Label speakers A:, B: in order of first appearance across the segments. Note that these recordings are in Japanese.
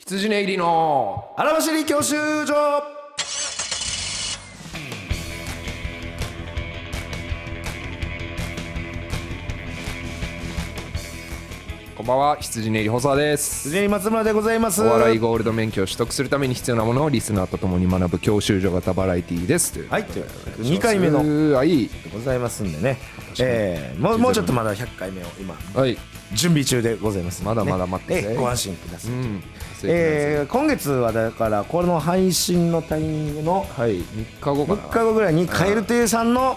A: 羊ね入りの
B: 荒走り教習所
A: こんばんは羊ね入り細田です
B: 辻に松村でございます
A: お笑いゴールド免許を取得するために必要なものをリスナーとともに学ぶ教習所型バラエティーですという
B: はいということで2回目の
A: はい
B: ございますんでね、えー、もうもうちょっとまだ100回目を今
A: はい
B: 準備中でございますんでね、
A: まだまだ待ってて
B: えーご安心くださ
A: う
B: い、
A: ん
B: えー今月はだからこの配信のタイミングの
A: はい3日後かな
B: 3日後ぐらいに蛙亭さんの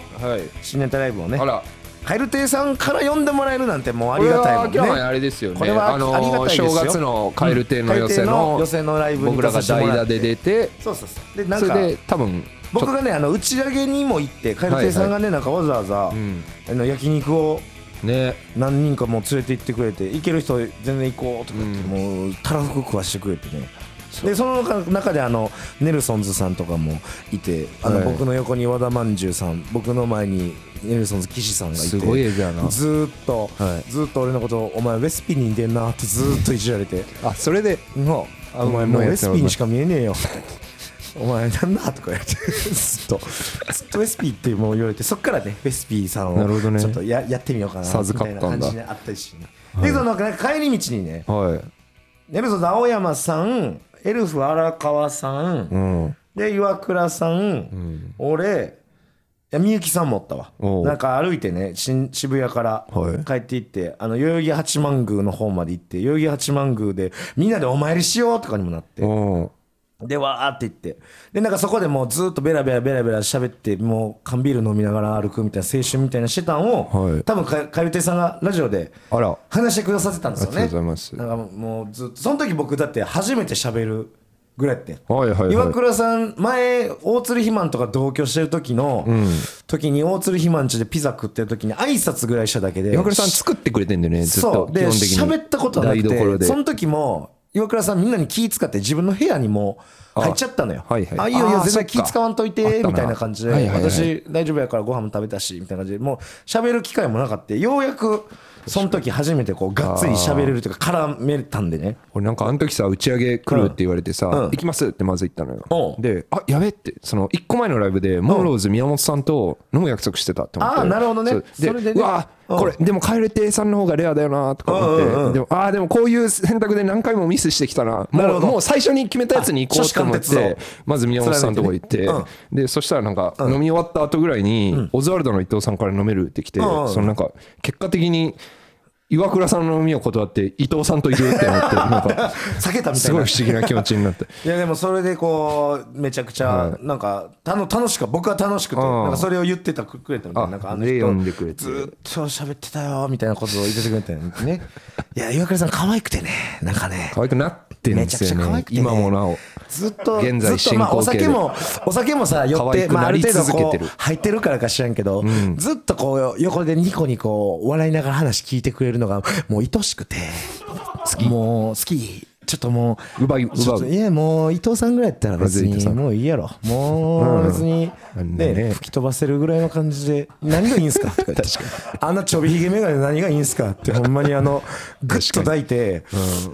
A: はい
B: 新ネタライブをね
A: あら
B: 蛙亭さんから呼んでもらえるなんてもうありがたいもん
A: これは明らかに
B: ね
A: あれですよね
B: これは
A: あのー
B: ありがたいですよ
A: 正月の蛙亭の寄せの
B: 蛙亭の寄せのライブに
A: 僕らが代打で出て
B: そうそうそうでなん
A: そ
B: か
A: れで多分
B: 僕がねあの打ち上げにも行って蛙亭さんがねなんかわざわざ
A: うん
B: あの焼肉を
A: ね
B: 何人かもう連れて行ってくれて行ける人全然行こうとか言って、
A: うん
B: もうたらふく食わしてくれてねでその中であのネルソンズさんとかもいてあの
A: はい
B: 僕の横に和田まんじゅうさん僕の前にネルソンズ岸さんがいて
A: すごい映画やな
B: ずーっと、
A: はい
B: ずーっと俺のことをお前ウェスピに似てんなってずーっといじられて
A: あそれで
B: の
A: あ
B: お前もう
A: うまい
B: エ
A: やつや
B: ス
A: ろ
B: ピにしか見えねえよ お前なんだとか言われてずっとずっとエスピってもう言われてそっからねエスピさん
A: なるほど
B: を
A: ね
B: ちょっとや,、やってみようかなみ
A: 授
B: た
A: か
B: い
A: っ
B: な
A: た
B: 感
A: んだ
B: じにあったりしてね、でそのなんか帰り道にね
A: は
B: ネルソンズ青山さんエルフ荒川さん、
A: いうん
B: で岩倉さん、
A: ん
B: 俺いやみゆきさんもおったわ
A: おう
B: なんか歩いてね新渋谷から
A: はい
B: 帰っていって、あの代々木八幡宮の方まで行って代々木八幡宮でみんなでお参りしようとかにもなって
A: うん
B: でわーって行ってでなんかそこでもうずっとベラベラベラベラ喋ってもう缶ビール飲みながら歩くみたいな青春みたいなしてたんを、
A: はい
B: 多分かかゆてさんがラジオで
A: あら
B: 話してくださってたんですよね
A: ありがとうございます
B: なんかもうずっとその時僕だって初めて喋るぐらいやってん
A: はいはいはい
B: 岩倉さん前大鶴肥満とか同居してる時の、時に大鶴肥満家でピザ食ってる時に挨拶ぐらいしただけで
A: 岩倉さん作ってくれてんだよねずっ
B: そ
A: と
B: う
A: 基
B: で
A: 本的に
B: 喋ったことはな
A: 台
B: く
A: 所
B: て
A: で
B: その時も岩倉さんみんなに気使って自分の部屋にもう入っちゃったのよ
A: あはいはい
B: あいいよい
A: あ
B: いよ
A: ー
B: 全
A: そっ
B: 然
A: か
B: 気使わんとい
A: あった
B: て
A: な
B: みたいな感じで、
A: はいはいはい
B: 私大丈夫やからご飯も食べたしみたいな感じでもう喋る機会もなかったようやくその時初めてこうがっつり喋れるというか絡めたんでね
A: 俺なんかあの時さ打ち上げ来るって言われてさ、
B: う
A: 行
B: ん
A: きますってまず言ったのよ
B: おう
A: であやべってその1個前のライブでモーローズ宮本さんと飲む約束してたって思って
B: あーなるほどね
A: そうで
B: それでね
A: うわー
B: うん
A: これでも蛙亭さんの方がレアだよなとか思って、
B: うんうんうん
A: でもああでもこういう選択で何回もミスしてきたな
B: なる
A: も
B: ほ
A: う
B: ど
A: もう最初に決めたやつに行こうと思っ
B: あ初志貫
A: て
B: 徹
A: まず宮本さんのとこ行って、
B: 貫いてね
A: でそしたらなんか飲み終わった後ぐらいに、オズワルドの伊藤さんから飲めるってきて、
B: うんうん
A: そのなんか結果的に岩倉さんの飲みを断って伊藤さんといるってなっ てなんか
B: 避けたみた
A: す
B: い
A: ごい
B: な
A: 不思議な気持ちになって。
B: いやでもそれでこうめちゃくちゃなんかたの楽しく僕は楽しくて
A: うん
B: なんかそれを言ってたくれたみたい
A: あ
B: ななんかあの
A: で
B: 人
A: 呼んでくれて
B: ずーっと喋ってたよみたいなことを言っててくれたんでねいや岩倉さん可愛くてねなんかね
A: 可愛くなってん
B: め
A: で
B: ちゃ
A: す
B: くちゃ
A: よ
B: 可
A: ね
B: 愛くてね
A: 今もなお
B: ずっと
A: 現在
B: ずっとまあお
A: 進行形で
B: 酒もお酒もさ寄
A: 可
B: っ
A: 愛
B: て
A: く
B: まあ
A: な
B: あ
A: り
B: る程度
A: 続
B: こ
A: けて
B: う
A: る
B: 入ってるからか知らんけどずっとこう横でニコニコ笑いながら話聞いてくれるのがもう愛しくて好きもう好きちょっともう
A: 奪い奪う
B: ちょっといやもう伊藤さんぐらいやったら別
A: まずい伊藤さ
B: に
A: ん
B: もういいやろもう別に
A: うんね
B: ね吹き飛ばせるぐらいの感じで何がいい んすかとか言ってあんなちょびひげ眼鏡何がいいんすかってほんまにあのグッと抱いて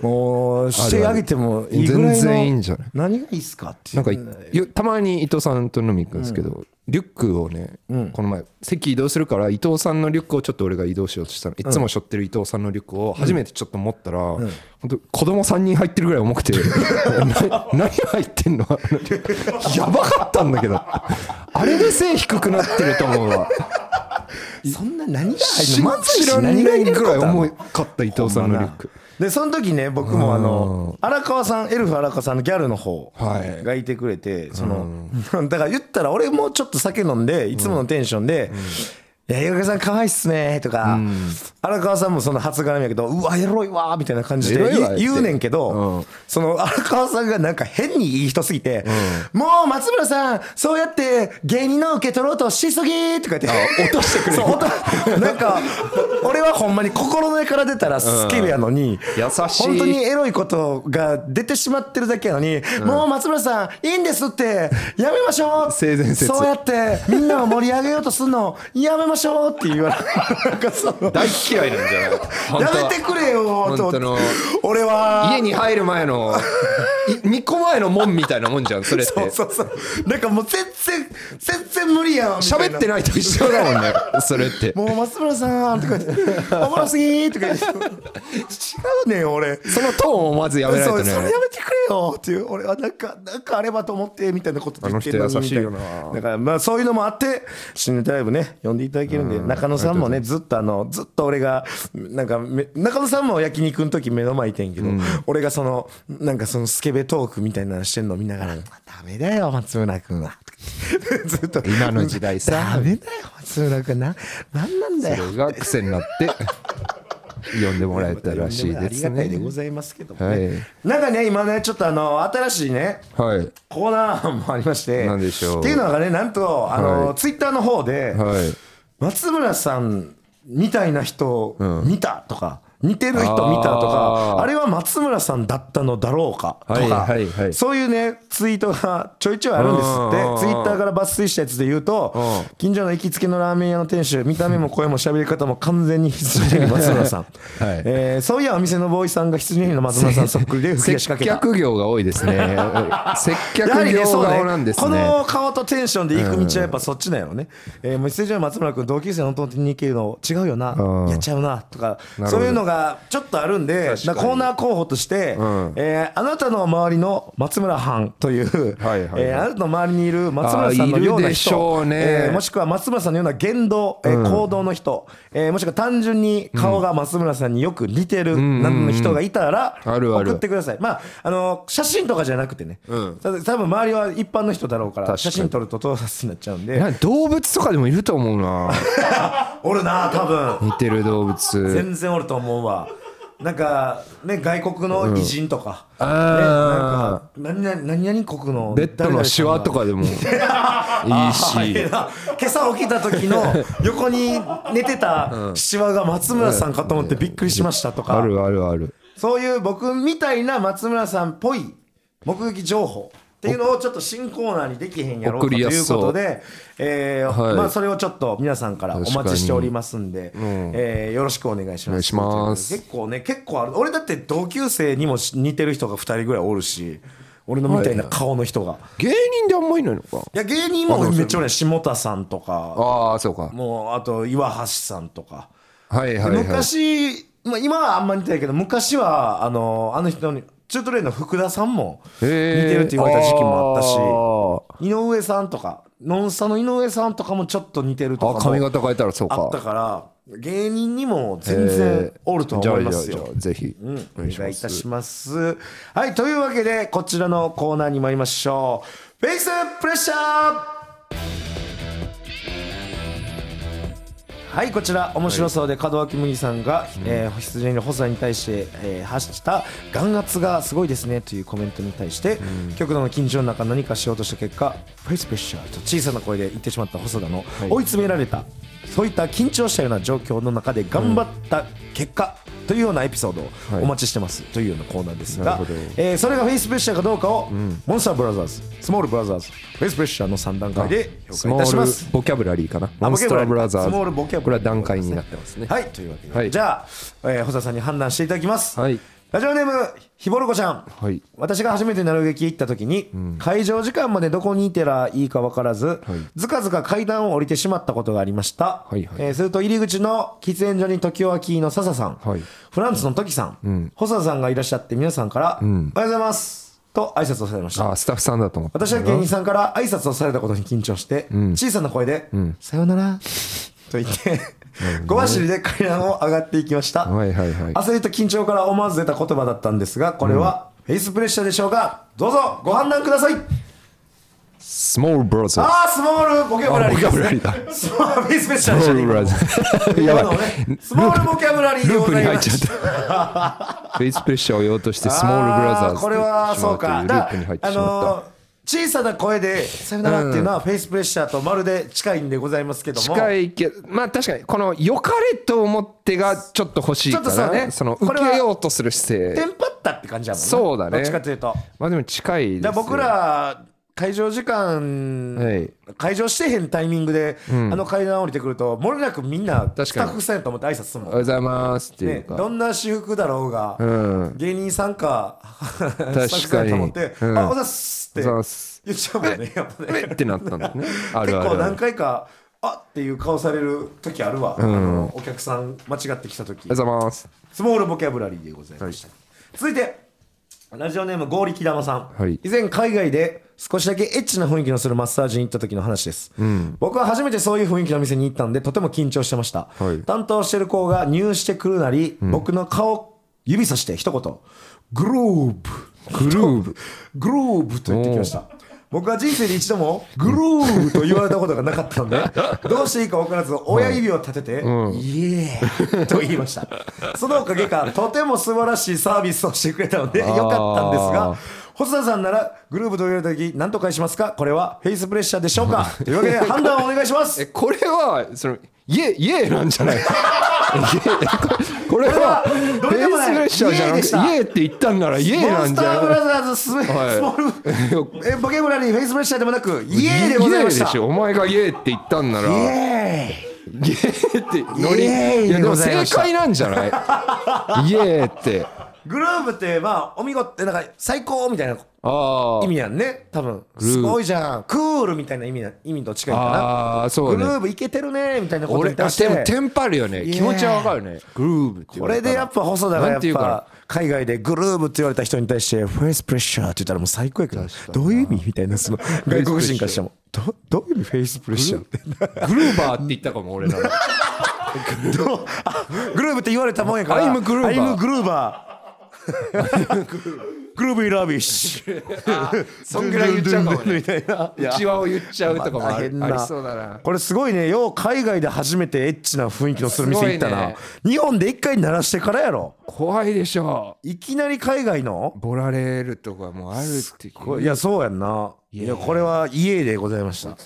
B: もうしてあげてもいいぐらいの
A: 全然いいんじゃない
B: 何がいいっすかって
A: なんか
B: い
A: よたまに伊藤さんと飲み行くんですけど、リュックをね、この前席移動するから伊藤さんのリュックをちょっと俺が移動しようとしたのいつも背負ってる伊藤さんのリュックを初めてちょっと持ったら、本当子供3人入ってるぐらい重く てな何入ってんの あのリュックやばかったんだけどあれで背低くなってると思う わ
B: そんな何が入る
A: 知
B: のまずいし
A: らん
B: 何が入れる
A: ぐ
B: から
A: い
B: とは
A: 重かった伊藤さんのリュック
B: でその時ね僕もあの荒川さんエルフ荒川さんのギャルの方
A: はい
B: がいてくれて、その だから言ったら俺もちょっと酒飲んでいつものテンションで「いや岩倉さん可愛いっすね」とか、荒川さんもその初絡みやけど「うわエロいわ」みたいな感じ
A: エ
B: で
A: ロいわ
B: 言
A: っ
B: う
A: て
B: 言うねんけど、
A: うん
B: その荒川さんがなんか変にいい人すぎて「もう松村さんそうやって芸人の受け取ろうとしすぎ」とか言って落としてくれるなんか俺はほんまに心の根から出たらスケベやのに、
A: 優しい
B: 本当にエロいことが出てしまってるだけやのに、もう松村さんいいんですってやめましょう
A: 性善説
B: そうやってみんなを盛り上げようとするのやめましょうって言われなんかその
A: 大嫌いなんじゃない本当は
B: やめてくれよと思
A: 本
B: っ
A: 当
B: て
A: の
B: 俺は
A: 家に入る前 の2個前の門みたいなもんじゃんそれって
B: そうそうそうなんかもう全然全然無理やんみたい
A: 喋
B: な
A: ってないと一緒だもん ねそれって
B: もう松村さんとか言って「おもろすぎ」と か言って「違うねん俺」
A: そのトーンをまずやめない
B: そ
A: と
B: うそれやめ
A: ね
B: てくれよっていう俺はなんかなんかあればと思ってみたいなことで言ってん
A: あの人優しいよな
B: みたなだからまあそういうのもあって新ネタライブね呼んでいただけるんで中野さんもねずっとあのずっと俺がなんかめ中野さんも焼肉の時目の前いてんけど俺がそのなんかそのスケベトークみたいなのしてんの見ながら「ダメだよ松村君は」 ずっと
A: 今の時代さ
B: ダメだよ松村君ななんなんだよ
A: それが癖になって呼んでもらえたらしいです
B: ありがたいで
A: ね
B: ございますけどもね、
A: はい
B: なんかね今ねちょっとあの新しいね
A: はい
B: コーナーもありまして。
A: 何でしょう
B: っていうのがね、なんと、あの、
A: はい
B: ツイッターの方で、
A: はい
B: 松村さんみたいな人見たとか、似てる人見たとか
A: あ、ー
B: あれは松村さんだったのだろうかとか、
A: はいはいはい
B: そういうね、ツイートがちょいちょいあるんで
A: う
B: す
A: んうんう
B: っ
A: ん
B: て、ツイッターから抜粋したやつで言うと
A: う、
B: 近所の行きつけのラーメン屋の店主、見た目も声も喋り方も完全に羊の日の松村さん。
A: はい
B: えーそういやお店のボーイさんが羊の日の松村さんそっくりで吹き出し
A: 接
B: かけた。
A: 客業が多いですね接
B: やは
A: 客
B: りね
A: 業
B: そうね
A: 顔なんです
B: こ
A: ね
B: の顔とテンションで行く道はやっぱそっちなんやろね。えー、もう一の松村君同級生の弟に行けるの違うよな、
A: うん
B: やっちゃうなとか
A: ほど
B: そういうのがちょっとあるんで
A: 確か
B: な
A: に
B: コーナー候補として、
A: ん
B: えーあなたの周りの松村藩という、
A: はいはいはい
B: えーあなたの周りにいる松村さんのよう
A: あーいる
B: な
A: でしょ
B: 人、
A: うね
B: えーもしくは松村さんのような言動、えー行動の人、えーもしくは単純に顔が松村さんによく似てるなんの人がいたら、
A: あるある
B: 送ってください。まああの写真とかじゃなくてね、
A: うん
B: ただ多分周りは一般の人だろうから
A: 確かに
B: 写真撮ると盗撮になっちゃうんで
A: なんか動物とかでもいると思うな
B: おるな多分
A: 似てる動物
B: 全然おると思うわなんかね外国の偉人とか、
A: ん
B: ね、なん
A: あ
B: か何々何々国の
A: ベッドのシワとかでもいいし
B: 誰々さんがあーええな今朝起きた時の横に寝てたシワが松村さんかと思ってびっくりしましたとか、
A: あるあるある
B: そういう僕みたいな松村さんっぽい目撃情報っていうのをちょっと新コーナーにできへんやろうか
A: 送
B: と
A: りや
B: いう
A: すそ
B: こ
A: う
B: とで、えー
A: はい
B: まあ、それをちょっと皆さんからお待ちしておりますんで、えーよろしくお願いし
A: お
B: ま
A: 願い
B: す。
A: します
B: 結構ね結構ある俺だって同級生にも似てる人が2人ぐらいおるし俺のみたいな顔の人が。
A: 芸人であんまいないのか
B: いや芸人もめっちゃおるやん下田さんとか
A: ああそうか
B: もうあと岩橋さんとか。
A: はいはいはい
B: 昔、まあ、今はあんま似てないけど昔はあのあの人に中トレーの福田さんも似
A: へー
B: てるって言われた時期もあったし
A: あ
B: 井上さんとかノンスタの井上さんとかもちょっと似てるとか
A: あ
B: も
A: 髪型変えたらそうか
B: あったから芸人にも全然おるとは思います
A: じゃあ
B: よ
A: じゃあ。じゃあぜひお
B: うんお
A: 願い
B: 願い
A: しま
B: い
A: す
B: たします。はい、というわけで、こちらのコーナーに参りましょう。フェイスプレッシャーはい、こちら、面白そうで、門脇麦さんが、えー羊の細さに対して、えー発した、眼圧がすごいですね、というコメントに対して、極度の緊張の中、何かしようとした結果、フェイスプレッシャーと小さな声で言ってしまった細田の、
A: い
B: 追い詰められた、そういった緊張したような状況の中で頑張った結果、というようなエピソードを
A: はい
B: お待ちしてます、というようなコーナーです
A: な
B: が
A: るほど、
B: えーそれがフェイスプレッシャーかどうかを、モンスターブラザーズ、スモールブラザーズ、フェイスプレッシャーの3段階で
A: ス
B: 評価い
A: モ
B: たします
A: ー。ルボキャブラリーかな
B: あ
A: モンスターブラザーズ
B: ボキャブラリースモールボキャブ
A: これ
B: ラ
A: は
B: リ
A: 段
B: ー
A: 階になってますね
B: はい、というわけで、
A: はい
B: じゃあ、えー、保田さんに判断していただきます。
A: はい
B: ラジオネーム、ひぼろこちゃん。
A: はい
B: 私が初めて鳴る劇行った時に、会場時間までどこにいてらいいか分からず、ずかずか階段を降りてしまったことがありました。
A: はいはい
B: えーすると入り口の喫煙所に時をきの笹さん、
A: はい
B: フランスの時さん、細田さんがいらっしゃって皆さんから、おはようございます。と挨拶をされました。
A: あスタッフさんだと思った
B: 私は芸人さんから挨拶をされたことに緊張して、小さな声で、さよなら、と 言って、小走りで階段を上がっていきました。
A: はいはいはい
B: 焦りと緊張から思わず出た言葉だったんですが、これはフェイスプレッシャーでしょうかどうぞご判断ください
A: スモールブラザーズ
B: あー、スモールボキャブラリーです、ね。
A: あボキャブラリー
B: スモールフェイスプレッシャー
A: スモ
B: でし
A: ー
B: た
A: ル
B: ね
A: ブラザー ズやばい
B: ね、スモールボキャブラリーで
A: ルー
B: ご
A: プ
B: ざ
A: に
B: い
A: 入っ
B: ま
A: ちゃっ
B: した。
A: たフェイスプレッシャーを言おうとしてスモールブラザー
B: あ
A: ズ
B: これは
A: って言
B: そ
A: っ
B: う
A: てしま
B: か
A: とい
B: だ
A: ループに入って
B: あ
A: しまった
B: のー小さな声で「さよなら」っていうのはフェイスプレッシャーとまるで近いんでございますけども
A: 近いけどまあ確かにこの良かれと思ってがちょっと欲しいか
B: ちょっ
A: ら
B: とそう
A: ね
B: ね
A: その
B: これ
A: 受
B: は
A: けようとする姿
B: テ
A: 勢
B: ンパったって感じだもんね
A: そうだね
B: どっちかというと
A: まあでも近いです
B: だ
A: よ
B: から僕ら会場時間、
A: はい
B: 会場してへんタイミングで、あの階段降りてくるともれなくみんな
A: に
B: スタッフさんやと思って挨拶するも
A: おは
B: ん
A: ようございますってい
B: ね
A: う、か、
B: どんな私服だろうが、
A: うん
B: 芸人さんか確
A: に
B: と思って「
A: うん
B: あおざっす」って
A: おざっす
B: 言っちゃうもんねやっぱね
A: ってなったんだねあ
B: 結
A: るあ
B: 構
A: るあ
B: 何
A: る
B: 回か「あっ」ていう顔される時あるわ、あのお客さん間違ってきた時
A: おはようございます
B: スモールボキャブラリーでございました、続いてラジオネームゴーリキダマさん、
A: はい
B: 以前海外で少しだけエッチな雰囲気のするマッサージに行った時の話です、僕は初めてそういう雰囲気の店に行ったんでとても緊張してました、
A: はい
B: 担当してる子が入してくるなり、僕の顔指さして一言グローブ
A: グルーブ
B: グローブと言ってきました僕は人生で一度もグローブと言われたことがなかったの でどうしていいか分からず親指を立てて「イエーイ!」と言いましたそのおかげかとても素晴らしいサービスをしてくれたのでよ
A: あー
B: かったんですが細田さんならグルーブと言われた時何と返しますかこれはフェイスプレッシャーでしょうかというわけで判断をお願いしま
A: え
B: す
A: これはそのイエイエーなんじゃない イエーこれこれは
B: これはどれ
A: フ
B: でも
A: ェイス
B: ない
A: プレッシャーじゃな
B: イエーで
A: く
B: した
A: てイエーって言ったんならイエー
B: モ
A: な
B: ンス
A: ん
B: タ
A: じゃ
B: ーブ
A: ない
B: ラザーズススモール
A: は
B: えボケブラリーフェイスプレッシャーでもなく
A: い
B: イエーでございまし
A: イエーで
B: た
A: しょお前がイエーって言ったんなら
B: イ
A: イエ
B: エーイ
A: ーってノリ
B: イエー
A: いやで
B: で
A: も
B: ござい
A: 正
B: ました
A: 解なんじゃないイエーって
B: グルーブってまあお見事ってなんか最高みたいな
A: ああ
B: 意味やんね多分
A: ーブ
B: すごいじゃんクールみたいな意味な意味と近いか
A: ああ
B: な、
A: そう
B: グル
A: ね
B: ーブいけてるねみたいなこと
A: 俺
B: に対
A: あ
B: して
A: でもテンパるよね
B: イエー
A: 気持ちはわかるねグルーブって言
B: こ
A: われ
B: れ
A: たら
B: でやっぱ細田がや
A: なん
B: って
A: 言う
B: ぱ
A: か
B: 海外でグルーブって言われた人に対してフェイスプレッシャーって言ったらもう最高やけどどういう意味みたいなその外国人からしてもどどういう意味フェイスプレッシャーって
A: なグルーバーって言ったかも俺らは
B: どうあグルーブって言われたもんやから
A: アイムグルーバー
B: アイムグルーバーグルービーラビッシュ
A: そんぐらい言っちゃうかもね
B: みたいな
A: 内輪を言っちゃうとかもあ
B: 大変
A: る
B: な
A: ありそうだな
B: これすごいねよう海外で初めてエッチな雰囲気のする店行ったな、
A: す
B: 日本で一回鳴らしてからやろ
A: 怖いでしょ
B: いきなり海外の
A: ボラれるとかもあるって聞
B: こ
A: い
B: いやそうやんないやこれは家でございました
A: て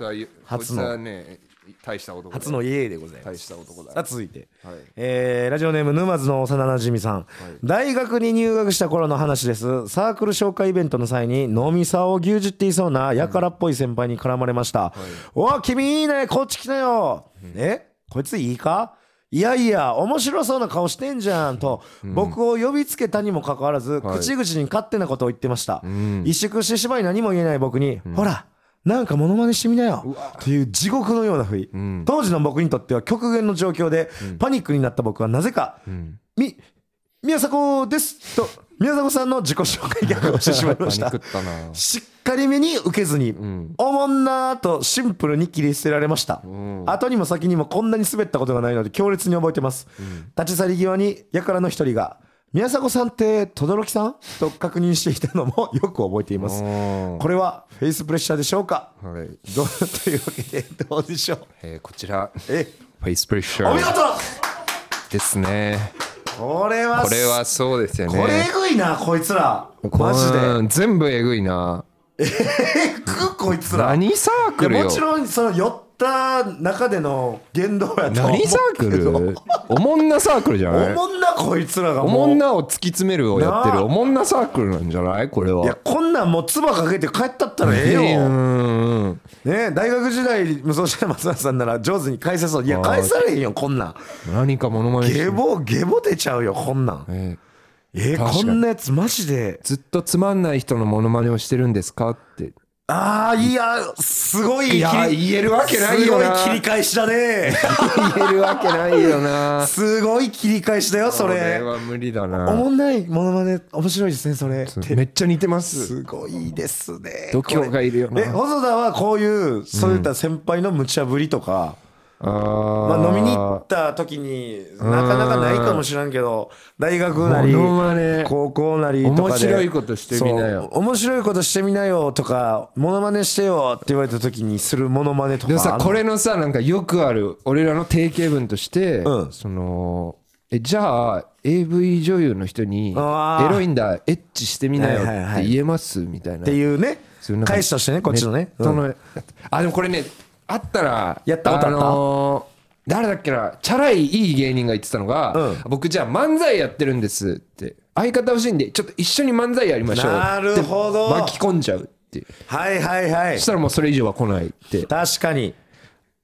A: 初
B: 初の
A: のね大した男だ
B: 初の家でございます
A: 大した男
B: さあ
A: だ
B: 続いて、
A: はい
B: えーラジオネーム沼津の幼なじみさん、大学に入学した頃の話ですサークル紹介イベントの際に飲みさを牛耳っていそうなやからっぽい先輩に絡まれました「おお君いいねこっち来なよ」えこいついいかいやいや面白そうな顔してんじゃんと僕を呼びつけたにもかかわらず
A: はい
B: 口々に勝手なことを言ってました萎縮してしまい何も言えない僕に「ほらなんかモノマネしてみなよ」という地獄のような不意、当時の僕にとっては極限の状況で、パニックになった僕はなぜか「み宮迫です」と宮迫さんの自己紹介ギャグをしてしまいました
A: パニックったな
B: しっかりめに受けずに、おもんなーとシンプルに切り捨てられました、後にも先にもこんなに滑ったことがないので強烈に覚えてます、立ち去り際にやからの一人が「宮迫さんって轟さん?」と確認していたのもよく覚えています
A: おー
B: これはフェイスプレッシャーでしょうか
A: はい
B: どうというわけでどうでしょう
A: えーこちらフ
B: え
A: ェイスプレッシ
B: お
A: ャ
B: 見
A: ー
B: 事
A: ですね
B: これは
A: これはそうですよね
B: これえぐいなこいつらマジで
A: うん全部えぐいな
B: えぐこいつら
A: 何サーク
B: い
A: ル
B: や
A: よ
B: もちろんその寄った中での言動やとは思う
A: 何サーク
B: けど
A: ルおもんなサークルじゃな
B: お
A: い
B: もんなこいつらが
A: お
B: もう
A: もんなを突き詰めるをやって
B: なあ
A: るおもんなサークルなんじゃないこれはい
B: やこんなんもう唾かけて帰ったったらええ
A: いやう
B: よ、
A: んうん
B: ね、大学時代無双した松田さんなら上手に返せそういや返されへんよこんなん
A: 何かモノマネして
B: 下ボ下ボ出ちゃうよこんなん
A: えー
B: え
A: 確か
B: こ
A: に
B: んなやつマジで
A: ずっとつまんない人のモノマネをしてるんですかって
B: ああいやすごい切り
A: いや言えるわけないよな
B: すごい切り返しだ ね
A: 言えるわけないよな
B: すごい切り返しだよ そ
A: こ
B: れ
A: れは無理だ
B: お
A: な
B: もんないものまね面白いですねそれ
A: めっちゃ似てます
B: すごいですね
A: 度胸がいるよな
B: え細田はこういうそういった先輩の無茶ぶりとか、
A: あ
B: まあ、
A: ー
B: 飲みに行った時になかなかないかもしらんけど大学なり
A: モノマネ
B: 高校なりとかで
A: 面白いことしてみなよ
B: そう面白いことしてみなよとかモノマネしてよって言われた時にするモノマネとか
A: でもさ
B: あんの
A: これのさなんかよくある俺らの定型文として、
B: うん
A: そのえじゃあ AV 女優の人に「エ
B: あー
A: ロいんだエッチしてみなよ」
B: はいはいは
A: っ
B: い
A: て言えますみたいな。
B: っていうね
A: そういうなんか
B: 返しとしてねこっちのね、
A: ネットのあでもこれねあったら
B: やったことあった
A: のー誰だっけなチャラいいい芸人が言ってたのが、
B: うん
A: 僕じゃあ漫才やってるんですって相方欲しいんでちょっと一緒に漫才やりましょうって
B: なるほど
A: 巻き込んじゃうってって
B: はいはいはい
A: したらもうそれ以上は来ないって
B: 確かに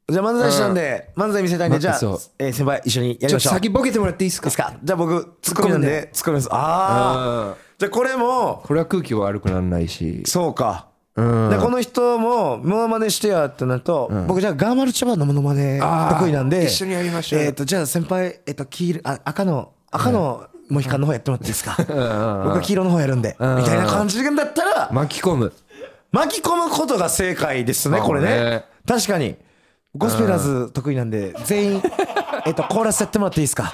B: じゃあ漫才師なんで漫才見せたいんでじゃあ
A: そう
B: えー先輩一緒に
A: ち
B: やり
A: ょ
B: ま
A: っ
B: し
A: と
B: ょういい
A: 先ボケてもらっていいです
B: で
A: か
B: すかじゃあ僕ツッコミなんでツッコミですああじゃあこれも
A: これは空気悪くならないし
B: そうかでこの人もモノマネしてやってなると、僕じゃあガーマルチャバのモノマネ
A: あー
B: 得意なんで
A: 一緒にやりましょうよ
B: えっ、とじゃあ先輩えっ、と黄色あ赤の赤のモヒカンの方やってもらっていいですか僕は黄色の方やるんでみ
A: んうん
B: たいな感じだったら
A: 巻き込む
B: 巻き込むことが正解ですね
A: そうね
B: これね確かにゴスペラーズ得意なんで全 員えっとコーラスやってもらっていいですか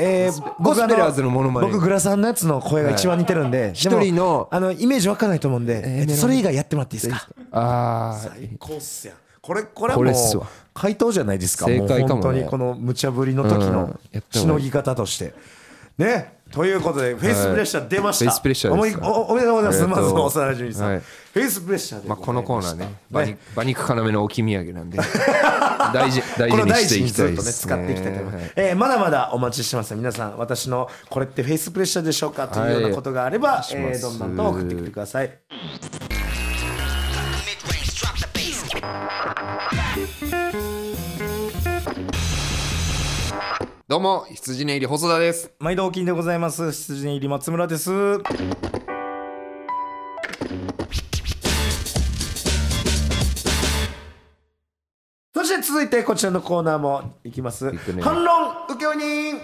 B: えー、
A: ゴ
B: 僕
A: ス
B: あ
A: ペラーズのモノマネ
B: 僕グラサンのやつの声が一番似てるんででも
A: 一人の
B: あのイメージわかんないと思うんで、えっとそれ以外やってもらっていいですか
A: ああ
B: 最高っすやんこれこれは
A: こ
B: も
A: れ
B: う
A: っすわ
B: 回答じゃないですか
A: 正解かもね
B: う本当にこの無茶ぶりの時
A: うん
B: の
A: やった方がいい
B: しのぎ方としてねということでフェイスプレッシャー出ました、
A: フェイスプレッシャー
B: お
A: で
B: め
A: すか
B: おおめでとうございます
A: ありが
B: ま
A: とう
B: ず幼馴染さん、
A: はい
B: フェイスプレッシャーで
A: まあ、このコーナーね馬肉
B: ね
A: 馬肉要の置き土産 なんで大事大
B: こ
A: 事
B: の
A: に
B: 大
A: して
B: 事
A: い
B: に
A: きた
B: ずっ
A: いで
B: とね
A: す
B: 使っていきたいと思います
A: はい
B: えーまだまだお待ちしてます皆さん私のこれってフェイスプレッシャーでしょうかというようなことがあれば、
A: い
B: えーどんどんと送ってきてください
C: Mid-range, drop the bass.
A: どうも羊ね入り細田です
B: 毎度お金でございます羊入り松村ですそして続いてこちらのコーナーもいきます、
A: くね
B: 反論請負人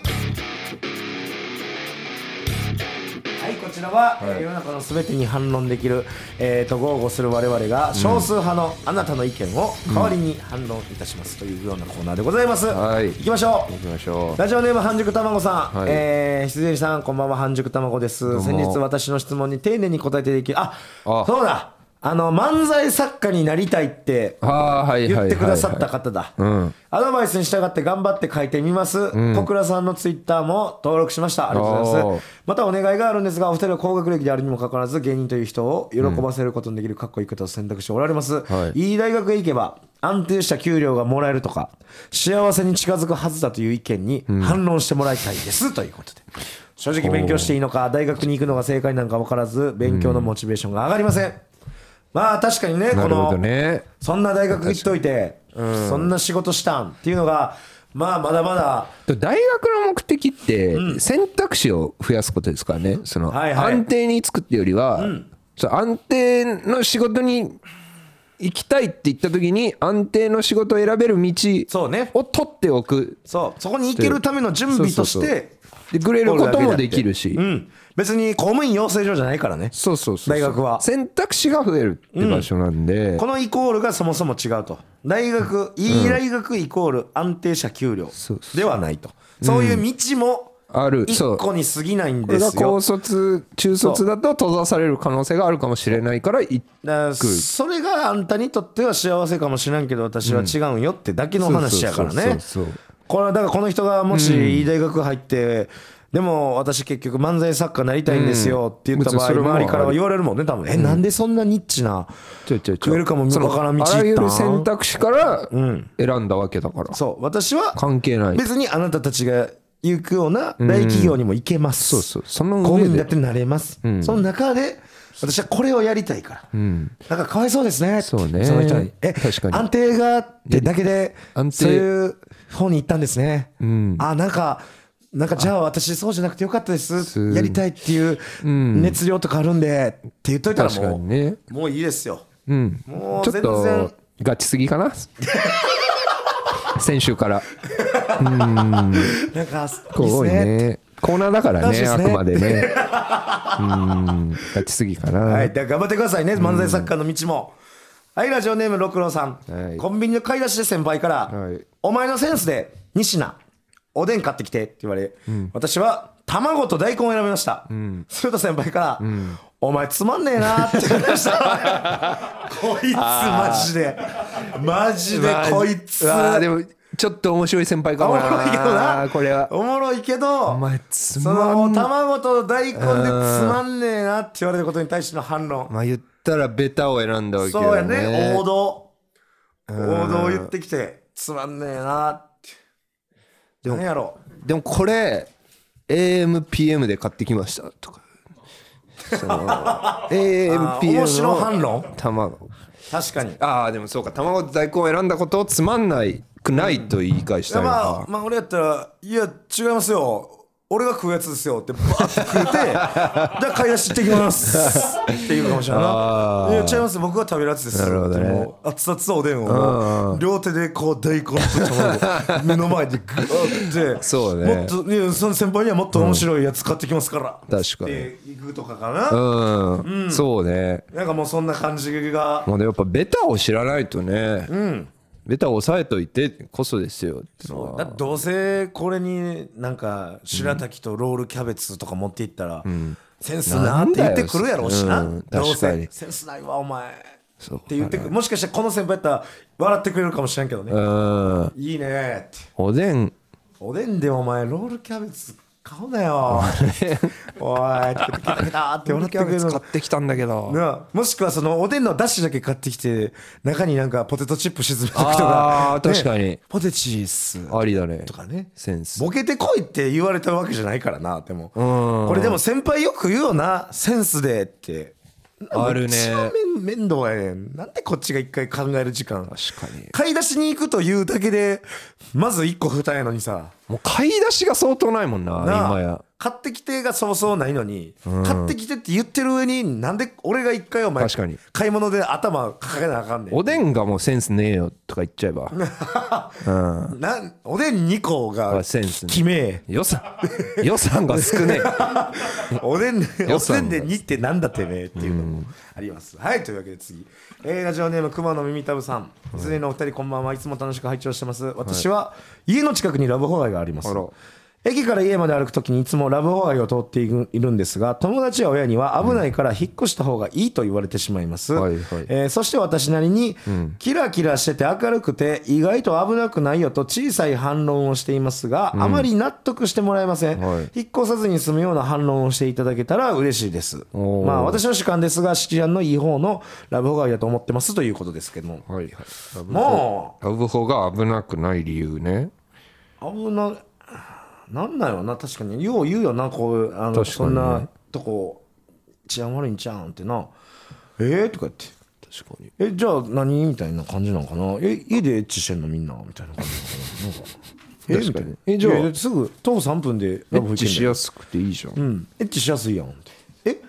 B: はいこちらは、えー世の中のすべてに反論できる、えーと豪語する我々が少数派のあなたの意見を代わりに反論いたしますというようなコーナーでございます、
A: はい
B: 行きましょう
A: 行きましょう
B: ラジオネーム半熟卵さん、
A: はい
B: えー、羊さんこんばんは半熟卵です
A: も
B: 先日私の質問に丁寧に答えてできるあ
A: あ
B: そうだあの漫才作家になりたいって
A: あーはいはいはい
B: 言
A: は
B: っ
A: い
B: てくださった方だ、
A: うん
B: アドバイスに従って頑張って書いてみます、小倉さんのツイッターも登録しましたありがとうございま
A: おー
B: すまたお願いがあるんですがお二人は高学歴であるにもかかわらず芸人という人を喜ばせることのできるかっこいい方を選択しておられます、
A: はい
B: いい大学へ行けば安定した給料がもらえるとか幸せに近づくはずだという意見に反論してもらいたいです、ということで正直勉強していいのか大学に行くのが正解なんか分からず勉強のモチベーションが上がりません、まあ確かにね
A: な
B: こ
A: るほ
B: の
A: どね
B: そんな大学行っといて、そんな仕事したんっていうのがまあまだまだ
A: 大学の目的って選択肢を増やすことですからねその
B: はいはい
A: 安定につくっていうよりは、その安定の仕事に行きたいって言った時に安定の仕事を選べる道
B: そうね
A: を取っておく
B: そうそこに行けるための準備とし
A: そうそう
B: て
A: でくれることもできるし、
B: うん、別に公務員養成所じゃないからね
A: そうそうそうそう
B: 大学は
A: 選択肢が増えるって場所なんで、
B: このイコールがそもそも違うと大学いい大学イコール安定した給料
A: そうそ
B: ではないとそういう道も
A: あるそ
B: 一
A: う
B: 個に過ぎないん
A: こ
B: で
A: れが
B: すよ
A: 高卒中卒だと閉ざされる可能性があるかもしれないからい
B: だからそれがあんたにとっては幸せかもしれんけど私は違うんよってだけの話やから
A: そうそ
B: ね
A: うそうそう
B: これはだからこの人がもしいい大学入ってでも私結局漫才作家になりたいんですよって言った場合
A: うん別にそれも
B: 周りからは言われるもんね多分えなんでそんなニッチな
A: ちょいちょいちょい
B: 食えるかも
A: その
B: わからん道行った
A: あ
B: ん
A: らゆる選択肢から選んだわけだから、
B: そう私は
A: 関係ない
B: 別にあなたたちが行くような大企業にも行けます、
A: そうそうその上で
B: 公務員だってなれます、その中で私はこれをやりたいから、だからかわいそうですね
A: そうね
B: の人にえ
A: 確かに
B: 安定がってだけで
A: 安定
B: そういう方に行ったんですね、あなんかなんかじゃあ私そうじゃなくてよかったです
A: す
B: やりたいっていう熱量とかあるんでって言っといたら
A: 確か
B: もう
A: にね
B: もういいですよ、もう
A: ちょ
B: 全
A: っ
B: 然
A: とガチすぎかな先週から
B: なんかいいっ
A: こ
B: す
A: う
B: ね
A: ねコーナーだから
B: 楽しい
A: ね
B: です
A: あ
B: ね
A: くまで ねうんガチすぎかな、
B: はい、だから頑張ってくださいね、漫才作家の道も。はい、ラジオネーム六郎さん、
A: はい
B: コンビニの買い出しで先輩から、
A: はい
B: お前のセンスで、西名、おでん買ってきてって言われ、私は卵と大根を選びました。すると先輩から、お前つまんねえなって言われ ました。こいつマジで、マジでこいつ。
A: うわーでもちょっと面白い先輩か
B: お
A: も
B: もろいけど
A: な
B: な。
A: これは
B: おもろいけど。
A: お前つ
B: そ
A: ま
B: の
A: ん
B: 卵と大根でつまんねえなって言われることに対しての反論。
A: まあ言ったらベタを選んだわけだ
B: そうや
A: よね
B: ね、王道。王道を言ってきて、つまんねえなって。
A: でも
B: 何やろ
A: でもこれ AMPM で買ってきましたとかそ の AMPM
B: 面白反論
A: の卵
B: 確かに
A: ああでもそうか卵と大根を選んだことをつまんないくないと言い返したいの
B: まあ
A: か、
B: まあ俺やったら「いや違いますよ俺が食うやつですよ」ってバーッて食うて「だから買い出し行ってき ます」って言うかもしれないな「いや違います僕が食べるやつです」
A: なるほどね
B: ってもう熱々のおでんをもう両手でこう大根と卵を 目の前でグーって
A: そうね
B: もっといやその先輩にはもっと面白いやつ買ってきますから」
A: 確かに
B: って行くとかかな、
A: うん、そうね
B: なんかもうそんな感じが
A: もうねやっぱベタを知らないとね、ベタを抑えといてこそですよってのは
B: だってどうせこれになんか白滝とロールキャベツとか持っていったら、センスなんて言ってくるやろうしな、
A: なんだ
B: ど
A: よ
B: う
A: 確かに
B: せセンスないわお前
A: そう
B: って言ってくるもしかしたらこの先輩やったら笑ってくれるかもしれんけどね、
A: うん
B: いいねーって
A: おでん
B: おでんでお前ロールキャベツ買うなよおいってケタケタって笑ってくれる
A: 買ってきたんだけど
B: なあもしくはそのおでんのだしだけ買ってきて中になんかポテトチップ沈めとくとか
A: あー確かに
B: ポテチース
A: ありだね
B: とかね
A: センス
B: ボケてこいって言われたわけじゃないからなでもこれでも先輩よく言うよなセンスでって
A: あるね
B: 一番面面倒やねんなんでこっちが一回考える時間
A: 確かに
B: 買い出しに行くというだけでまず一個二重やのにさ
A: もう買い出しが相当ないもんな
B: な
A: 今
B: あ
A: や
B: 買ってきてがそうそうないのに、買ってきてって言ってる上になんで俺が一回お前
A: 確かに
B: 買い物で頭かけなあかんねん
A: おでんがもうセンスねえよとか言っちゃえば
B: なんおでん2個が
A: あセンスね
B: 決め
A: 予算 予算が少 ねえ
B: おでんで、お
A: 予
B: でん
A: 算が
B: で2ってなんだてめえっていうのもあります。はい、というわけで次。えーラジオネーム、熊の耳たぶさん。いずれのお二人、こんばんは。いつも楽しく拝聴してます。私は、家の近くにラブホ街があります
A: あら。
B: 駅から家まで歩くときにいつもラブホ街を通っているいるんですが、友達や親には危ないから引っ越した方がいいと言われてしまいます。
A: はいはい
B: えーそして私なりに、キラキラしてて明るくて意外と危なくないよと小さい反論をしていますが、あまり納得してもらえません、
A: はい
B: 引っ越さずに済むような反論をしていただけたら嬉しいです
A: おー
B: まあ私の主観ですがシチリアンのいい方のラブホガイだと思ってますということですけども、
A: はい
B: も
A: ラブホが危なくない理由ね
B: う危ななんだよな確かによう言うよなこうあの、
A: 確かにね
B: そんなとこ治安悪いんちゃうんってなえー、とか言って
A: 確かに
B: えじゃあ何みたいな感じなのかなえ家でエッチしてんのみんなみたいな感じなのか ななんかえみたいな
A: えじゃあ
B: いやいやすぐ徒歩3分で
A: エ
B: ラ
A: ッ
B: ブホ行
A: チ
B: けんだ
A: し
B: よ
A: やすくていいじゃん、
B: うんエッチしやすいやんってえエ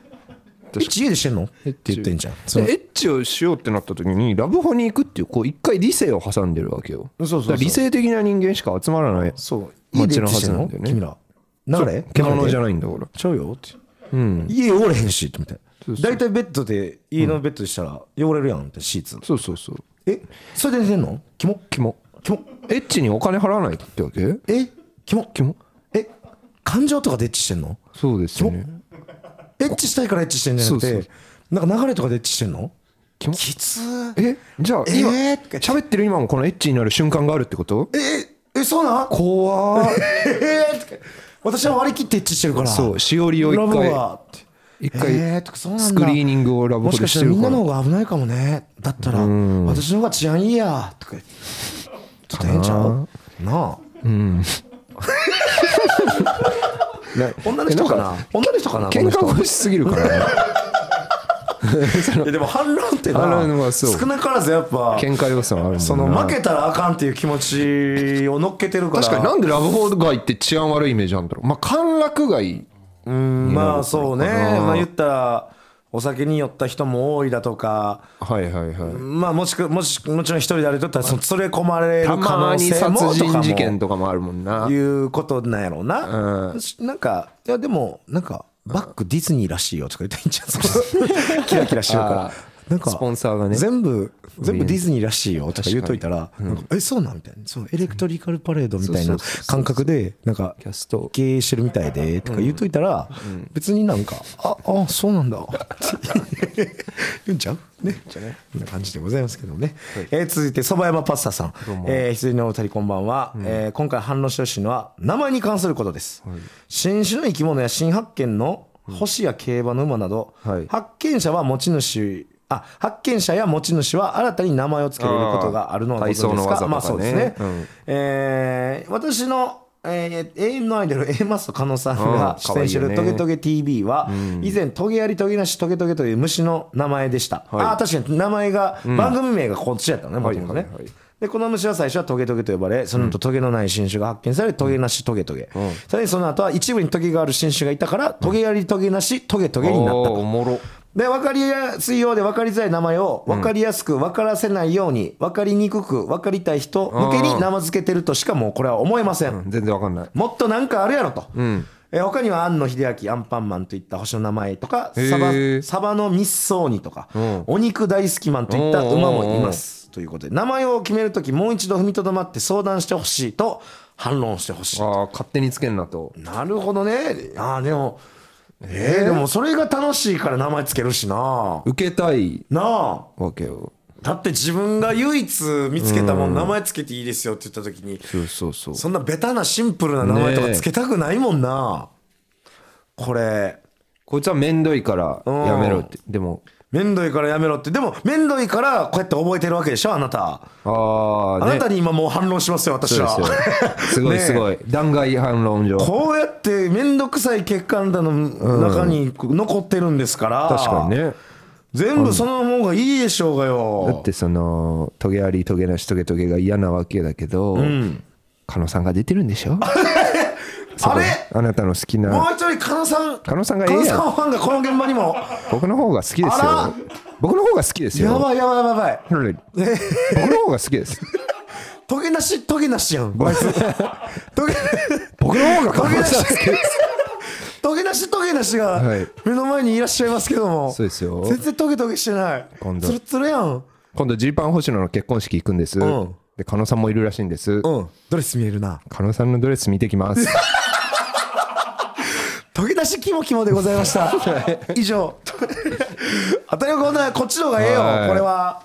B: ッチ家でしてんのって言ってんじゃん
A: そのエッチをしようってなった時にラブホに行くっていうこう一回理性を挟んでるわけよ
B: そうそうそ
A: だ
B: う
A: から理性的な人間しか集まらない
B: そう家で
A: 街
B: エッ
A: のは
B: チして
A: ず
B: ん
A: な
B: の
A: んだよね
B: 君ら流れ
A: 獣じゃ
B: ない
A: ないんだから
B: ちゃうよって家汚れへんしってみたいな大体ベッドで家のベッドでしたら汚れるやんってシーツ
A: そうそうそう
B: えそれで寝てんのキモ
A: キモ
B: キモ
A: エッチにお金払わないってわけ
B: えキモ
A: キモ
B: え感情とかでエッチしてんの
A: そうですよね
B: エッチしたいからエッチしてんじゃなく
A: そう
B: て
A: そ
B: なんか流れとかでエッチしてんの
A: キモ
B: きつー
A: えじゃあ今
B: えー
A: 喋ってる今もこのエッチになる瞬間があるってこと
B: ええそうなん
A: 怖ー
B: えーとか私は割り切ってエッチしてるから
A: そうしおりを一回
B: ラブはって
A: 一回
B: えーとかそうなんだ
A: スクリーニングをラブ
B: も
A: ホ
B: しか
A: で
B: した
A: し
B: ら
A: てる
B: みん
A: か
B: な
A: ら
B: の方が危ないかもねだったら私の方が治安いいやとか言ってちょっと変ちゃうなあ 女の人かな女の人かなこ
A: 喧
B: の
A: 嘩
B: 人
A: 越しすぎる から
B: いやでも反論って
A: 反論
B: な
A: はそう
B: 少なからずやっぱ
A: 喧嘩要素はあるもんな
B: その負けたらあかんっていう気持ちを乗っけてるから
A: 確かになんでラブホ街って治安悪いイメージあるんだろうまあ歓楽街
B: うんまあそうねまあ言ったらお酒に酔った人も多いだとか
A: はいはいはい
B: まあもしくもしもちろん一人で歩いとったらその連れ込まれる可
A: たま
B: 能
A: に
B: 性
A: 殺
B: もとか
A: 人事件
B: も
A: とかもあるもんな
B: いうことなんやろうな、しなんかいやでもなんかバックディズニーらしいよとか言ったらいいんじ ゃんキラキラしてるから
A: あー
B: なんか
A: スポンサーがね
B: 全部全部ディズニーらしいよとか言うといたらなんかえそうなんみたいなそのエレクトリカルパレードみたいな感覚でなんか
A: キャスト
B: 経営してるみたいでとか言うといたら別になんかああそうなん だ言うんちゃうねじゃねこんな感じでございますけどね、えー続いてそば山パスタさんえー羊のお二人こんばんは、えー今回反論してほしいのは名前に関することです、新種の生き物や新発見の星や競馬の馬など、
A: はい
B: 発見者は持ち主あ発見者や持ち主は新たに名前を付けられることがあるのはご存知です
A: あー体操の技
B: か
A: とかね
B: まあそうですね、
A: うん
B: えー私のえー、永遠のアイドル A マスと加納さんが
A: うん
B: 出演して
A: 可愛いよ
B: る
A: ね
B: トゲトゲ TV は以前トゲありトゲなしトゲトゲという虫の名前でした、
A: はい
B: ああ確かに名前が、番組名がこっちやったのねもともとね、
A: はいはいはい
B: でこの虫は最初はトゲトゲと呼ばれその後トゲのない新種が発見されトゲなしトゲトゲ、さらにその後は一部にトゲがある新種がいたからトゲありトゲなしトゲトゲになった
A: おー
B: と
A: おもろ
B: で分かりやすいようで分かりづらい名前を分かりやすく分からせないように分かりにくく分かりたい人向けに名前付けてるとしかもうこれは思えません、
A: うん全然わかんない
B: もっとなんかあるやろと、えー他には庵野秀明アンパンマンといった星の名前とか
A: へー
B: サバサバの密葬にとか、
A: ん
B: お肉大好きマンといった
A: おー
B: 馬もいますということで名前を決める時もう一度踏みとどまって相談してほしいと反論してほしい
A: ああ勝手につけんなと
B: なるほどねあーでもえーでもそれが楽しいから名前つけるしな
A: 受けたい
B: なあ
A: わけよ
B: だって自分が唯一見つけたもん名前つけていいですよって言った時に
A: そうそうそう
B: そんなベタなシンプルな名前とかつけたくないもんな、これ
A: こいつはめんどいからやめろってでも
B: めんどいからやめろってでもめんどいからこうやって覚えてるわけでしょあなた
A: あ
B: あ
A: あね
B: なたに今もう反論しますよ私
A: そう
B: は
A: ですよすごいすごい弾劾反論上
B: こうやってめんどくさい結果あなたの中に残ってるんですから、
A: 確かにね
B: 全部その方がいいでしょうがよ
A: だってそのトゲありトゲなしトゲトゲが嫌なわけだけど狩野さんが出てるんでしょそこ
B: あれ
A: あなたの好き
B: もう
A: な
B: 一人狩野さん
A: 狩野さんがええやん
B: 狩野さんファンがこの現場にも
A: 僕の方が好きです
B: あら
A: よ僕の方が好きですよ
B: やばいやばいやばいやばい
A: はい僕の方が好きです
B: トゲなしトゲなしやんこいつトゲ
A: 僕の方が
B: ト
A: 狩
B: ゲ
A: 野
B: な
A: さん
B: し
A: 好きです
B: トゲなしトゲなしが
A: はい
B: 目の前にいらっしゃいますけども
A: そうですよ
B: 全然トゲトゲしてない
A: 今度
B: ツルツルやん
A: 今度ジーパン星野の結婚式行くんです
B: ん
A: で狩野さんもいるらしいんです
B: うんドレス見えるな
A: 狩野さんのドレス見てき ます
B: トゲなしキモキモでございました以上当たり前こんなこっちの方がええよ
A: はい
B: これは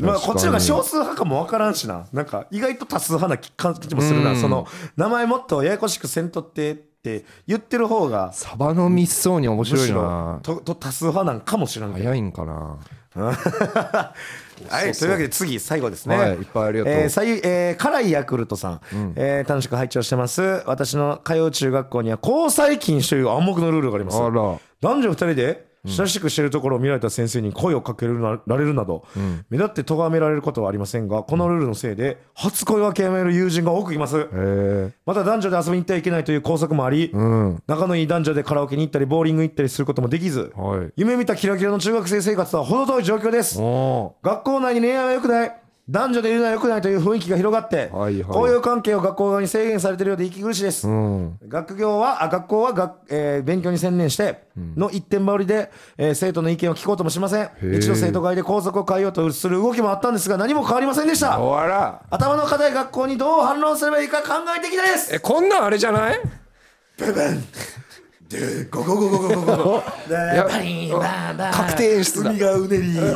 B: まあ
A: 確かに
B: こっちの方が少数派かも分からんしななんか意外と多数派な感じもするなその名前もっとややこしくせんとってって言ってる方が
A: サバの密そうに面
B: む
A: 白い
B: し
A: な
B: ろとと多数派なんかもしれんけど
A: 早いんかな
B: はい、というわけで次最後ですね。
A: はいいっぱいありがとう
B: えーさゆえー辛いヤクルトさん、えー楽しく拝聴してます。私の通う中学校には交際禁止という暗黙のルールがあります。
A: あら
B: 男女二人で親しくしているところを見られた先生に声をかけるなられるなど、目立って咎められることはありませんが、このルールのせいで初恋を諦める友人が多くいます。
A: へえ
B: また男女で遊びに行ってはいけないという拘束もあり、
A: うん
B: 仲のいい男女でカラオケに行ったりボーリング行ったりすることもできず、
A: はい
B: 夢見たキラキラの中学生生活とは程遠い状況です
A: お。お
B: 学校内に恋愛は良くない男女でいるのは良くないという雰囲気が広がって、
A: はいはい
B: 交友関係を学校側に制限されているようで息苦しいです、
A: うん
B: 学業はあ学校は学、えー勉強に専念しての一点張りで、えー生徒の意見を聞こうともしません
A: ー
B: 一度生徒会で校則を変えようとする動きもあったんですが何も変わりませんでした
A: あら
B: 頭の硬い学校にどう反論すればいいか考えていきたいです
A: えこんなんあれじゃない
B: ゴゴゴゴゴゴゴゴ
A: や
B: バリンバンバン
A: 確定演出だ
B: 海がうねりバン
A: シ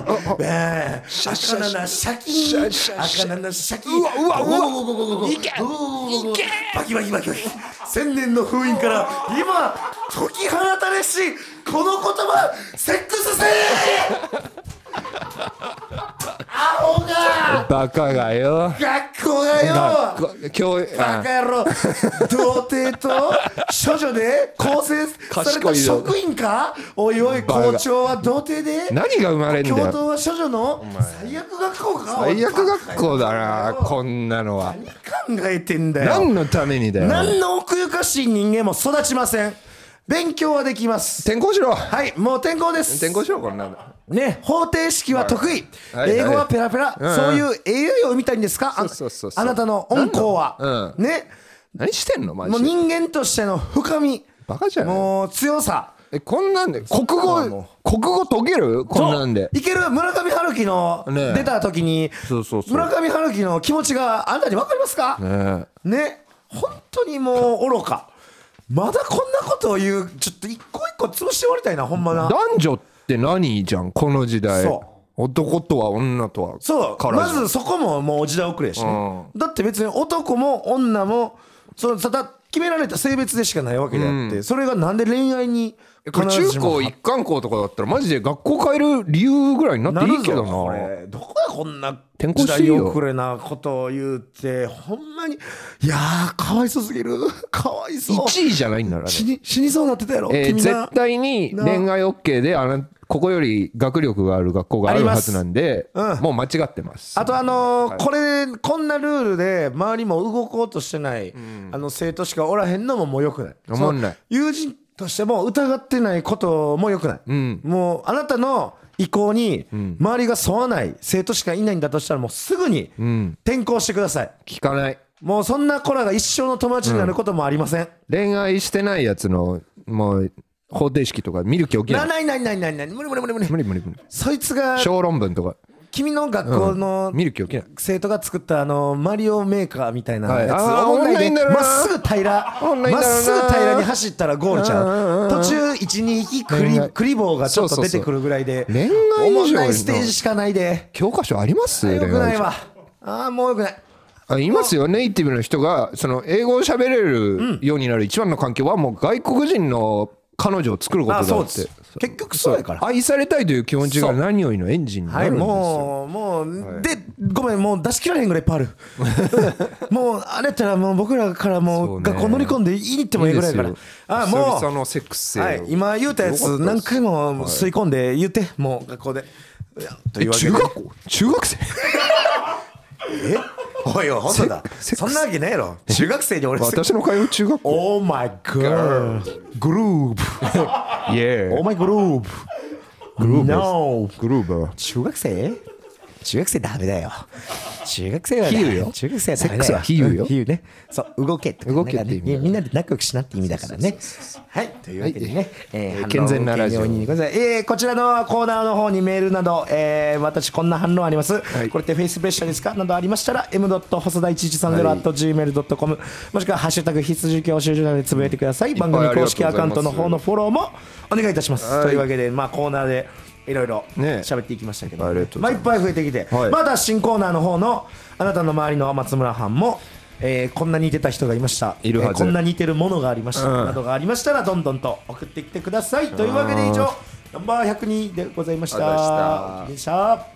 A: ャシャ
B: 赤七シャキ
A: シ
B: ン
A: ャシャシャ
B: 赤七シャキン
A: うわうわうわ
B: ゴゴゴゴゴゴ
A: いけ
B: ゴゴゴゴゴ
A: いけ
B: バキバキバキバキ千年の封印から今解き放たれしこの言葉セックスせーアホが
A: バカがよ
B: 学校がよ
A: 学校教育
B: バカ 野郎童貞と処女で構成され
A: 賢
B: た
A: いよ
B: 職員かおいおい
A: バカ
B: 校長は童貞で
A: 何が生まれんだ
B: 教
A: よ
B: 頭は処女の最悪学校か
A: 最悪学校だな
B: おいバカ野郎
A: こんなのは
B: 何考えてんだよ
A: 何のためにだよ
B: 何の奥ゆかしい人間も育ちません勉強はできます
A: 転校しろ
B: はいもう転校です
A: 転校しろこんなの
B: ね、方程式は得意、
A: はいはい
B: 英語はペラペラ、
A: うんうん
B: そういう AI を見たいんですかあ
A: そうそうそうそう
B: あなたの温厚は、
A: 何
B: ね
A: 何してんのマ
B: もう
A: ジで
B: 人間としての深み
A: バカじゃん
B: もう強さ
A: えこんなんで国語国語解けるこんなんで
B: いける村上春樹の
A: ねえ
B: 出た時に、
A: そうそうそう
B: 村上春樹の気持ちがあなたに分かりますか
A: ね
B: ね本当にもう愚かまだこんなことを言うちょっと一個一個潰して終わりたいなほんまな
A: 男女って何じゃんこの時代
B: そ
A: 男とは女とは
B: そう
A: から
B: ま
A: じゃん
B: ずそこももう時代遅れやしねだって別に男も女もそのただ決められた性別でしかないわけであって、それがなんで恋愛に
A: えこれ中高一貫校とかだったらマジで学校変える理由ぐらいになっていいけど
B: ぞこ
A: な
B: れどこやこんな
A: 転校
B: 時
A: していい
B: 代
A: よ
B: 遅れなことを言うてほんまにいやーかわいそうすぎる かわいそう
A: 1位じゃないんだから
B: 死に死にそうなってたやろ、
A: えー
B: 君な
A: 絶対に恋愛 OK であのここより学力がある学校があるはずなんで、
B: ありますうん
A: もう間違ってます
B: あとあのーこれこんなルールで周りも動こうとしてない、あの生徒しかおらへんのももうよくない
A: おもんない
B: その友人としても疑ってないこともよくない、
A: ん
B: もうあなたの意向に周りが沿わない生徒しかいないんだとしたらもうすぐに
A: ん
B: 転校してください、
A: 聞かない
B: もうそんな子らが一生の友達になることもありません、
A: 恋愛してないやつのもう方程式とか見る気起き
B: な
A: ない
B: ないないないないない無理無理無理無理
A: 無理無理無理
B: そいつが
A: 小論文とか
B: 君の学校の
A: 見る気起きない
B: 生徒が作ったあのマリオメーカーみたいなやつ、
A: はいあー
B: おも
A: オ
B: んない
A: ンライン
B: で
A: だろ
B: ま
A: な
B: っすぐ平ら
A: オンライン
B: まっ
A: だろな
B: すぐ平らに走ったらゴールちゃう途中12匹クリ
A: 恋愛
B: クリボーがちょっ
A: そう
B: と
A: そう
B: 出
A: そう
B: てくるぐらいで
A: 恋愛以上の
B: おもんないステージしかないで
A: 教科書あります
B: よく
A: 恋愛
B: ないわああもうよくない
A: あいますよネイティブの人がその英語を喋れるようになる一番の環境はもう外国人の彼女を作ることだ
B: あ
A: って
B: そうです結局そうやから
A: 愛されたいという気持ちが何よりのエンジンにな
B: はい
A: るんですよ、
B: もうもう、でごめんもう出し切られへんぐらいいっぱいあ るもうあれやったらもう僕らからも
A: そううね
B: 学校乗り込んで言いに行ってもいいぐらいやから
A: いいですよ
B: ああもう
A: 久々のセックス
B: はい、今言うたやつ何回も吸い込んで言ってもう学校で。いやというわけ
A: 中
B: で
A: 学校中学 生
B: えおいおい本当だ
A: セックス
B: そんなわけねえろ中学生に俺
A: 私の通う中 学校
B: オーマイグーグループ
A: イエ
B: オーマイグループグル
A: ープです
B: No
A: グルーバー
B: 中学生中学生ダメだよ中学生は
A: 比喩よ
B: 中学生はダメだ
A: セックスは比喩よ
B: うん比喩ねそう動けとか
A: 動けっていう意味
B: なんかねいやみんなで仲良くしなって意味だからねはいというわけで
A: は
B: ね
A: い
B: えー
A: えー健全なラジオ
B: 反応を受けにおいにございますえーこちらのコーナーの方にメールなどえー私こんな反応あります
A: い
B: これってフェイスプレッシャーですかなどありましたら m. 細田
A: はい
B: 1130 gmail.com もしくは「ハッシュタグ必需教習所」などでつぶやいてください
A: ぱい
B: 番組公式アカウントの方のフォローもお願いいたします
A: はい
B: というわけでまあコーナーでいろいろ
A: ね
B: 喋っていきましたけど
A: ありがとうご
B: まあ
A: ざ
B: い
A: いま
B: っ
A: す
B: ぱい増えてきて、
A: はい
B: また新コーナーの方のあなたの周りの松村班も、えーこんな似てた人がいました
A: いるはず
B: えーこんな似てるものがありました、
A: うん
B: などがありましたらどんどんと送ってきてくださいというわけで以上ナンバー102でございました
A: ありがとうございました
B: でした